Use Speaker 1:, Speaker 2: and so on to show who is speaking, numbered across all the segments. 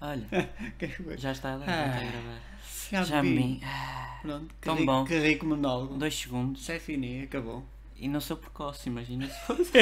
Speaker 1: Olha,
Speaker 2: Quero-
Speaker 1: já está, já
Speaker 2: Ah,
Speaker 1: está a gravar.
Speaker 2: Já,
Speaker 1: Já
Speaker 2: vi.
Speaker 1: me. ah,
Speaker 2: Pronto,
Speaker 1: Tão
Speaker 2: carrei,
Speaker 1: bom.
Speaker 2: carrei com monólogo.
Speaker 1: Dois segundos.
Speaker 2: Isso é fini, acabou.
Speaker 1: E não sou precoce, imagina se fosse.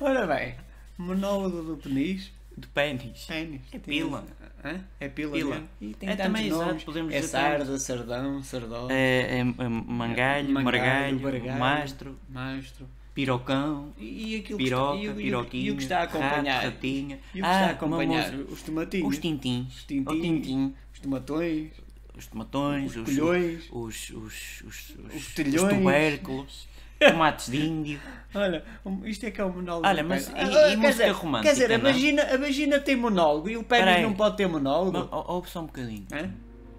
Speaker 2: Ora bem, monólogo do penis,
Speaker 1: Do pênis.
Speaker 2: pênis.
Speaker 1: É pila.
Speaker 2: Hã? É pila,
Speaker 1: Pila.
Speaker 2: mesmo? E tem
Speaker 1: É
Speaker 2: tantos
Speaker 1: também, exato,
Speaker 2: nomes.
Speaker 1: podemos
Speaker 2: É
Speaker 1: dizer tantos.
Speaker 2: sarda, sardão, sardó,
Speaker 1: É, é, é mangalho,
Speaker 2: Mangalho,
Speaker 1: margalho,
Speaker 2: bargalho.
Speaker 1: mastro,
Speaker 2: mastro.
Speaker 1: pirocão,
Speaker 2: E, e aquilo
Speaker 1: piroca,
Speaker 2: que, está- e, o- e, o-
Speaker 1: piroquinha,
Speaker 2: e o que está a acompanhar?
Speaker 1: rato, ratinha.
Speaker 2: E o que
Speaker 1: ah,
Speaker 2: está a
Speaker 1: uma
Speaker 2: acompanhar?
Speaker 1: música.
Speaker 2: Os tomatinhos,
Speaker 1: Os
Speaker 2: os,
Speaker 1: tintins. Os
Speaker 2: tintins.
Speaker 1: tintim.
Speaker 2: tomatões,
Speaker 1: Os tomatões,
Speaker 2: os
Speaker 1: os,
Speaker 2: colhões.
Speaker 1: os, os, os, os, os
Speaker 2: telhões.
Speaker 1: tubérculos, tomates de índio.
Speaker 2: Olha, um- isto é que é um monólogo.
Speaker 1: Olha,
Speaker 2: do
Speaker 1: mas
Speaker 2: pênis.
Speaker 1: e-
Speaker 2: Ah,
Speaker 1: e
Speaker 2: quer
Speaker 1: música
Speaker 2: dizer-
Speaker 1: romântica,
Speaker 2: Quer dizer, a
Speaker 1: não?
Speaker 2: vagina, a vagina tem monólogo e o pênis
Speaker 1: Peraí.
Speaker 2: não pode ter monólogo.
Speaker 1: Mas, ou- ouve só um bocadinho.
Speaker 2: Hã?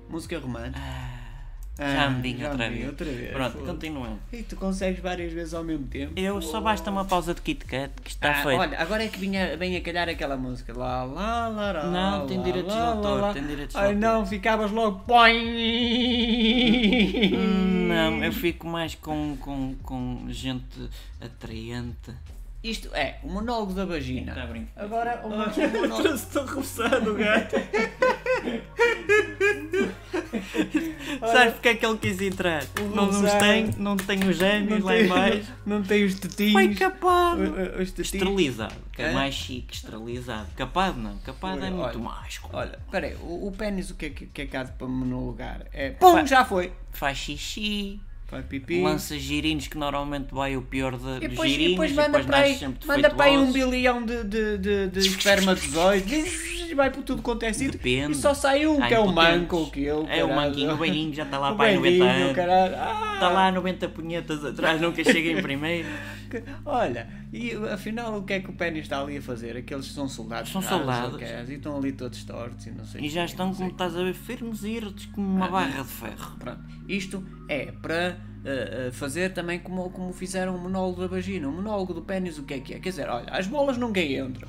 Speaker 2: Música romântica.
Speaker 1: Já
Speaker 2: Ah,
Speaker 1: me vinha outra,
Speaker 2: me vinha
Speaker 1: vez.
Speaker 2: outra vez.
Speaker 1: Pronto,
Speaker 2: foda-se.
Speaker 1: continuando.
Speaker 2: E tu consegues várias vezes ao mesmo tempo.
Speaker 1: Eu só basta uma pausa de Kit Kat que está
Speaker 2: Ah,
Speaker 1: feita.
Speaker 2: olha, agora é que vinha, vem a calhar aquela música. Lá, lá, lá, lá,
Speaker 1: Não, tem
Speaker 2: lá,
Speaker 1: direitos
Speaker 2: lá,
Speaker 1: de
Speaker 2: lá,
Speaker 1: autor,
Speaker 2: lá.
Speaker 1: tem direitos de
Speaker 2: Ai
Speaker 1: autor.
Speaker 2: não, ficavas logo. Põe.
Speaker 1: Hum. Não, eu fico mais com, com, com gente atraente.
Speaker 2: Isto é, o monólogo da vagina.
Speaker 1: a brincar.
Speaker 2: Agora o monólogo.
Speaker 1: Estou roçando o gato.
Speaker 2: Olha.
Speaker 1: Sabes porque é que ele quis entrar? Não nos
Speaker 2: roçar.
Speaker 1: tem, não tem os gêmeos lá em baixo.
Speaker 2: não tem os tetinhos.
Speaker 1: Foi capado.
Speaker 2: o- o- Os tetinhos.
Speaker 1: Esterilizado, que é
Speaker 2: Hã?
Speaker 1: mais chique, esterilizado. Capado não, capado é
Speaker 2: Olha,
Speaker 1: muito
Speaker 2: olha,
Speaker 1: mais.
Speaker 2: Olha, peraí, o, o pênis o que é que, que é que há de para monologar? É. Pum, já foi.
Speaker 1: Faz xixi,
Speaker 2: Vai pipi.
Speaker 1: lança girinos que normalmente vai o pior Um
Speaker 2: E
Speaker 1: de, dos
Speaker 2: depois, e
Speaker 1: girinos
Speaker 2: depois manda para
Speaker 1: nasce
Speaker 2: aí,
Speaker 1: sempre
Speaker 2: manda para aí um
Speaker 1: defeituosos.
Speaker 2: bilhão de, de, de, de espermatozoides, e vai por tudo quanto é sítio.
Speaker 1: Depende.
Speaker 2: E só sai um
Speaker 1: Há
Speaker 2: que é o
Speaker 1: impotentes.
Speaker 2: manco, que eu.
Speaker 1: É o manquinho, o velhinho já está lá
Speaker 2: o
Speaker 1: para aí 90
Speaker 2: velhinho,
Speaker 1: anos. Tá.
Speaker 2: caralho. Ah,
Speaker 1: Está lá 90 punhetas atrás, nunca chega em primeiro.
Speaker 2: que- Olha, e afinal o que é que o pênis está ali a fazer? Aqueles que são soldados.
Speaker 1: São
Speaker 2: não sei o
Speaker 1: soldados.
Speaker 2: que é, e estão ali todos tortos e não sei
Speaker 1: E já
Speaker 2: quê,
Speaker 1: estão,
Speaker 2: não sei
Speaker 1: como estás a ver, firmes e irtos como uma barra de ferro.
Speaker 2: Pronto. Isto é para uh, uh, fazer também como, como fizeram o monólogo da vagina. O monólogo do pênis, o que é que é? Quer dizer, olha, as bolas nunca entram.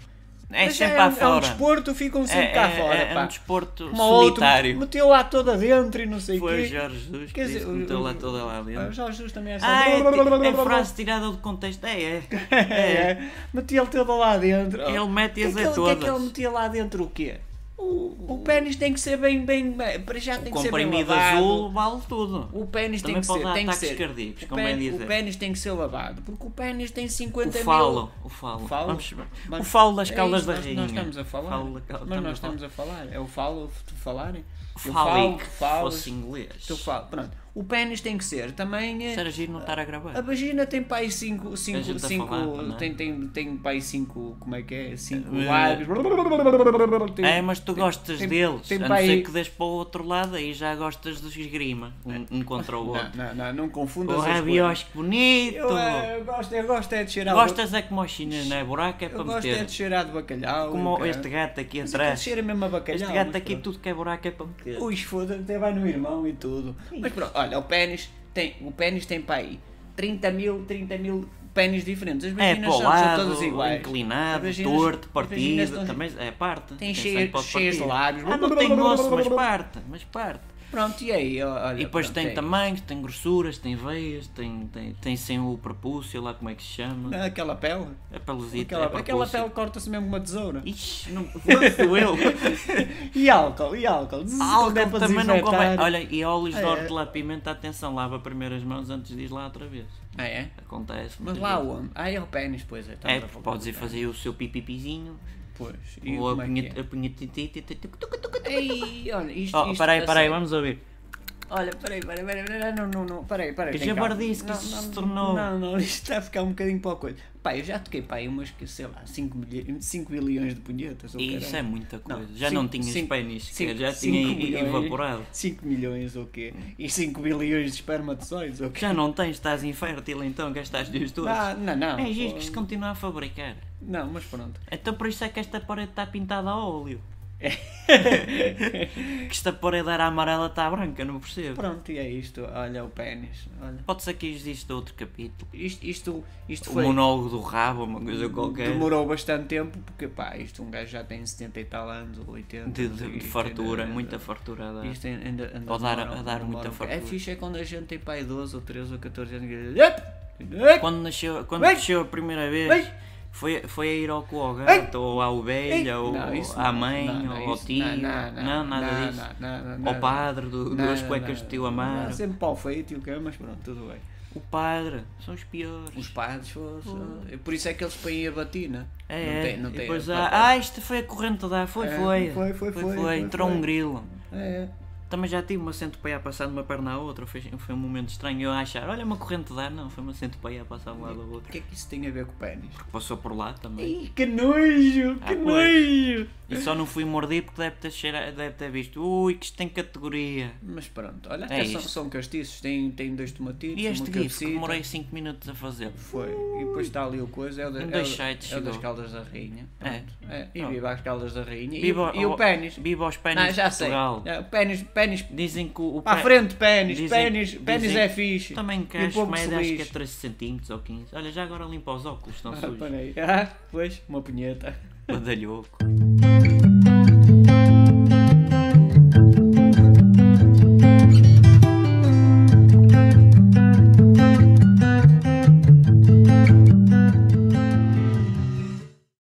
Speaker 1: É
Speaker 2: Mas
Speaker 1: sempre
Speaker 2: é,
Speaker 1: à
Speaker 2: um- É um
Speaker 1: fora.
Speaker 2: desporto, ficam sempre cá
Speaker 1: é,
Speaker 2: fora.
Speaker 1: é
Speaker 2: pá.
Speaker 1: um desporto
Speaker 2: Como o outro
Speaker 1: solitário.
Speaker 2: meteu lá toda dentro e não sei o
Speaker 1: Foi o
Speaker 2: quê.
Speaker 1: Jorge Jesus que
Speaker 2: Quer
Speaker 1: disse
Speaker 2: dizer,
Speaker 1: que meteu
Speaker 2: o-
Speaker 1: lá toda lá dentro.
Speaker 2: Ah, o Jorge Jesus também é só.
Speaker 1: Ah, é, ti- é frase tirada do contexto. É, é.
Speaker 2: É,
Speaker 1: é.
Speaker 2: é. Metia-lhe toda lá dentro.
Speaker 1: Ele
Speaker 2: Que é
Speaker 1: mete-as
Speaker 2: que ele-
Speaker 1: a
Speaker 2: que é que ele
Speaker 1: todas.
Speaker 2: metia lá dentro o quê? O, o pênis tem que ser bem, bem, bem- Para já tem que ser bem
Speaker 1: Comprimido
Speaker 2: lavado.
Speaker 1: azul vale tudo.
Speaker 2: O pênis tem
Speaker 1: Também
Speaker 2: que
Speaker 1: pode
Speaker 2: ser,
Speaker 1: dar
Speaker 2: tem que
Speaker 1: ataques
Speaker 2: ser.
Speaker 1: cardíacos,
Speaker 2: o,
Speaker 1: convém
Speaker 2: pênis,
Speaker 1: dizer.
Speaker 2: o pênis tem que ser lavado, porque o pênis tem 50
Speaker 1: O
Speaker 2: mil.
Speaker 1: falo, o falo.
Speaker 2: é O falo?
Speaker 1: Vamos- o
Speaker 2: Vamos-
Speaker 1: falo das
Speaker 2: É
Speaker 1: caldas
Speaker 2: isso,
Speaker 1: da
Speaker 2: nós-
Speaker 1: rainha.
Speaker 2: Nós estamos a falar.
Speaker 1: Falo da cal-
Speaker 2: mas nós estamos
Speaker 1: estamos
Speaker 2: a falar. É o falo, tu falar? Eu
Speaker 1: a
Speaker 2: falo,
Speaker 1: falar.
Speaker 2: tu
Speaker 1: Falo,
Speaker 2: falas,
Speaker 1: fosse inglês.
Speaker 2: tu falo. Pronto. O pênis tem que ser também. eh,
Speaker 1: Será giro não estar a gravar.
Speaker 2: A vagina tem pai 5.
Speaker 1: gente a falar, não é?
Speaker 2: Tem, tem, tem pai 5. Como é que é? 5
Speaker 1: Eh,
Speaker 2: lábios. Tem-
Speaker 1: É, mas tu gostas
Speaker 2: tem-
Speaker 1: deles,
Speaker 2: tem
Speaker 1: a não
Speaker 2: para
Speaker 1: ser
Speaker 2: aí-
Speaker 1: que des para o outro lado aí já gostas dos esgrima, um, um contra o
Speaker 2: Não,
Speaker 1: outro.
Speaker 2: não, não, não confundas
Speaker 1: O
Speaker 2: as coisas.
Speaker 1: rabiosque bonito!
Speaker 2: Eu, eh, eu gosto, eu gosto é de cheirar.
Speaker 1: Gostas é como o chinês, não é? Buraco é
Speaker 2: Eu
Speaker 1: para
Speaker 2: gosto é
Speaker 1: meter.
Speaker 2: de cheirar de bacalhau. e o
Speaker 1: Como
Speaker 2: caralho.
Speaker 1: este gato aqui
Speaker 2: Mas aquele
Speaker 1: atrás.
Speaker 2: cheiro é mesmo a bacalhau.
Speaker 1: Este gato
Speaker 2: mas
Speaker 1: aqui,
Speaker 2: pronto.
Speaker 1: tudo que é buraco é para meter.
Speaker 2: Ui, foda até vai no irmão e tudo. Mas pronto, olha, o pênis tem, o pênis tem para aí 30 mil, 30 mil pênis diferentes. As
Speaker 1: É
Speaker 2: vaginas são- são,
Speaker 1: colado,
Speaker 2: todas iguais.
Speaker 1: inclinado,
Speaker 2: As vaginas-
Speaker 1: torto,
Speaker 2: as vaginas
Speaker 1: partido,
Speaker 2: estão-
Speaker 1: também é parte.
Speaker 2: Tem
Speaker 1: Quem
Speaker 2: cheias-
Speaker 1: sabe pode
Speaker 2: cheias de
Speaker 1: partir.
Speaker 2: lábios.
Speaker 1: Ah, não tem osso, mas parte, mas parte.
Speaker 2: Pronto, e aí, ó, olha.
Speaker 1: E depois
Speaker 2: pronto,
Speaker 1: tem
Speaker 2: é.
Speaker 1: tamanhos, tem grossuras, tem veias, tem, tem, tem sem o prepúcio, lá como é que se chama.
Speaker 2: Aquela pele.
Speaker 1: É pelosita,
Speaker 2: Aquela,
Speaker 1: é
Speaker 2: aquela
Speaker 1: prepúcio.
Speaker 2: pele corta-se mesmo uma tesoura.
Speaker 1: Ixi, não fosse eu.
Speaker 2: E álcool, e álcool. Zzz, quando é
Speaker 1: Álcool
Speaker 2: para
Speaker 1: também não
Speaker 2: desinfetar.
Speaker 1: convém. Olha, e óleos de
Speaker 2: É.
Speaker 1: hortelã pimenta, atenção, lava primeiro as mãos antes de ir lá outra vez.
Speaker 2: Ah, é?
Speaker 1: Acontece.
Speaker 2: Mas
Speaker 1: muitas
Speaker 2: lá
Speaker 1: vezes.
Speaker 2: onde? Ah, é o pênis, pois é.
Speaker 1: É,
Speaker 2: estamos a
Speaker 1: porque
Speaker 2: falar
Speaker 1: podes
Speaker 2: do
Speaker 1: ir fazer o seu pipipizinho,
Speaker 2: pênis. Pois. E
Speaker 1: ou a
Speaker 2: como é que é?
Speaker 1: punheta. a punheta-
Speaker 2: Ei, olha, isto.
Speaker 1: Oh,
Speaker 2: isto-
Speaker 1: peraí,
Speaker 2: a
Speaker 1: peraí,
Speaker 2: sério.
Speaker 1: vamos ouvir.
Speaker 2: Olha, peraí, peraí, peraí, peraí, não, não, não, peraí, peraí.
Speaker 1: Que
Speaker 2: tem calma.
Speaker 1: jabardice que
Speaker 2: Não,
Speaker 1: isso
Speaker 2: não,
Speaker 1: se tornou.
Speaker 2: Não, não, isto está a ficar um bocadinho para a coisa. Pá, eu já toquei, pá, aí umas, que, sei lá, 5 bilhões de punhetas. ou
Speaker 1: Isso
Speaker 2: caralho.
Speaker 1: é muita coisa.
Speaker 2: um- Não,
Speaker 1: já não
Speaker 2: cinco-
Speaker 1: tinhas
Speaker 2: cinco-
Speaker 1: pênis,
Speaker 2: cinco-
Speaker 1: sequer, já
Speaker 2: cinco
Speaker 1: tinha i-
Speaker 2: milhões.
Speaker 1: evaporado. Hum.
Speaker 2: 5 milhões ou quê? E 5 bilhões de espermatozoides ou quê?
Speaker 1: Já não tens, estás infértil então, gastaste dias todos.
Speaker 2: Ah, não, não.
Speaker 1: é giro que
Speaker 2: pô.
Speaker 1: se continua a fabricar.
Speaker 2: Não, mas pronto.
Speaker 1: Então por isso é que esta parede está pintada a óleo. que esta parede era amarela está branca, não percebo.
Speaker 2: Pronto, e é isto. Olha o pênis. Olha.
Speaker 1: Pode ser que exista outro capítulo.
Speaker 2: Isto, isto, isto
Speaker 1: O
Speaker 2: foi.
Speaker 1: monólogo do rabo, uma coisa qualquer.
Speaker 2: Demorou bastante tempo porque, pá, isto um gajo já tem 70 e tal anos ou 80.
Speaker 1: De, de- de
Speaker 2: isto
Speaker 1: fartura,
Speaker 2: ainda-
Speaker 1: muita fartura a dar.
Speaker 2: Isto ainda, ainda, ainda
Speaker 1: Ou dar-
Speaker 2: demora-
Speaker 1: a dar
Speaker 2: demora
Speaker 1: muita
Speaker 2: um bocado. É
Speaker 1: fartura.
Speaker 2: fixe é quando a gente tem pai 12 ou 13 ou 14 anos e diz, "Ep! Ep!"
Speaker 1: Quando nasceu, quando
Speaker 2: Vem!
Speaker 1: nasceu a primeira vez,
Speaker 2: Vem!
Speaker 1: Foi, foi a ir ao
Speaker 2: Ei!
Speaker 1: Kogat, ou à ovelha, ou
Speaker 2: Não, isso
Speaker 1: à
Speaker 2: não,
Speaker 1: mãe,
Speaker 2: não, não,
Speaker 1: ou ao
Speaker 2: isso-
Speaker 1: tio,
Speaker 2: não, não, não,
Speaker 1: não, nada
Speaker 2: não,
Speaker 1: disso.
Speaker 2: não, não, não,
Speaker 1: Ao
Speaker 2: não.
Speaker 1: padre, do,
Speaker 2: Não,
Speaker 1: duas
Speaker 2: não,
Speaker 1: cuecas
Speaker 2: não,
Speaker 1: do tio
Speaker 2: não,
Speaker 1: Amaro.
Speaker 2: Sempre pau feito e o quê, mas pronto, tudo bem.
Speaker 1: O padre, são os piores.
Speaker 2: Os padres, fosse- por isso é que eles põem a batina.
Speaker 1: É,
Speaker 2: não
Speaker 1: é.
Speaker 2: tem, não
Speaker 1: e
Speaker 2: tem.
Speaker 1: depois
Speaker 2: não
Speaker 1: há-
Speaker 2: tem.
Speaker 1: ah, isto foi a corrente da. Foi,
Speaker 2: É,
Speaker 1: foi.
Speaker 2: foi, foi, foi, foi,
Speaker 1: Entrou
Speaker 2: foi.
Speaker 1: um grilo.
Speaker 2: É,
Speaker 1: Também já tive uma centopeia a passar de uma perna à outra. Foi, foi um momento estranho eu a achar. Olha, uma corrente de ar. Não, foi uma centopeia a passar de um lado ao
Speaker 2: O
Speaker 1: outro.
Speaker 2: que é que isso tem a ver com o pênis?
Speaker 1: Passou por lá também.
Speaker 2: Ih, que nojo, que
Speaker 1: Ah, pois.
Speaker 2: nojo!
Speaker 1: E só não fui mordido porque deve ter, cheira, deve ter visto. Ui, que isto tem categoria.
Speaker 2: Mas pronto, olha,
Speaker 1: É
Speaker 2: até são,
Speaker 1: isto.
Speaker 2: são castiços, tem, tem dois tomatinhos,
Speaker 1: E este
Speaker 2: é uma
Speaker 1: gif que
Speaker 2: cabecita.
Speaker 1: demorei 5 minutos a fazer.
Speaker 2: Foi, e depois está ali o coisa, é o, da,
Speaker 1: Em
Speaker 2: é
Speaker 1: dois
Speaker 2: o-
Speaker 1: sites
Speaker 2: é o das
Speaker 1: chegou.
Speaker 2: Caldas da Rainha.
Speaker 1: É.
Speaker 2: Pronto, é, E
Speaker 1: Pronto.
Speaker 2: viva as Caldas da Rainha. E-
Speaker 1: Viva
Speaker 2: e, o
Speaker 1: ao-
Speaker 2: pênis.
Speaker 1: Viva aos
Speaker 2: Não,
Speaker 1: pênis de
Speaker 2: já sei.
Speaker 1: Portugal.
Speaker 2: É, O pênis, pênis,
Speaker 1: Dizem que o. o
Speaker 2: para a
Speaker 1: pé-
Speaker 2: frente pênis,
Speaker 1: dizem-
Speaker 2: pênis, pênis
Speaker 1: dizem-
Speaker 2: é fixe.
Speaker 1: Também
Speaker 2: E o
Speaker 1: caixa,
Speaker 2: povo
Speaker 1: mas
Speaker 2: se
Speaker 1: acho que é
Speaker 2: lixe.
Speaker 1: 13 centímetros ou é 15. Olha, já agora limpa os óculos, estão
Speaker 2: Ah,
Speaker 1: sujos.
Speaker 2: peraí. Ah, pois, uma punheta.
Speaker 1: Badalhoco.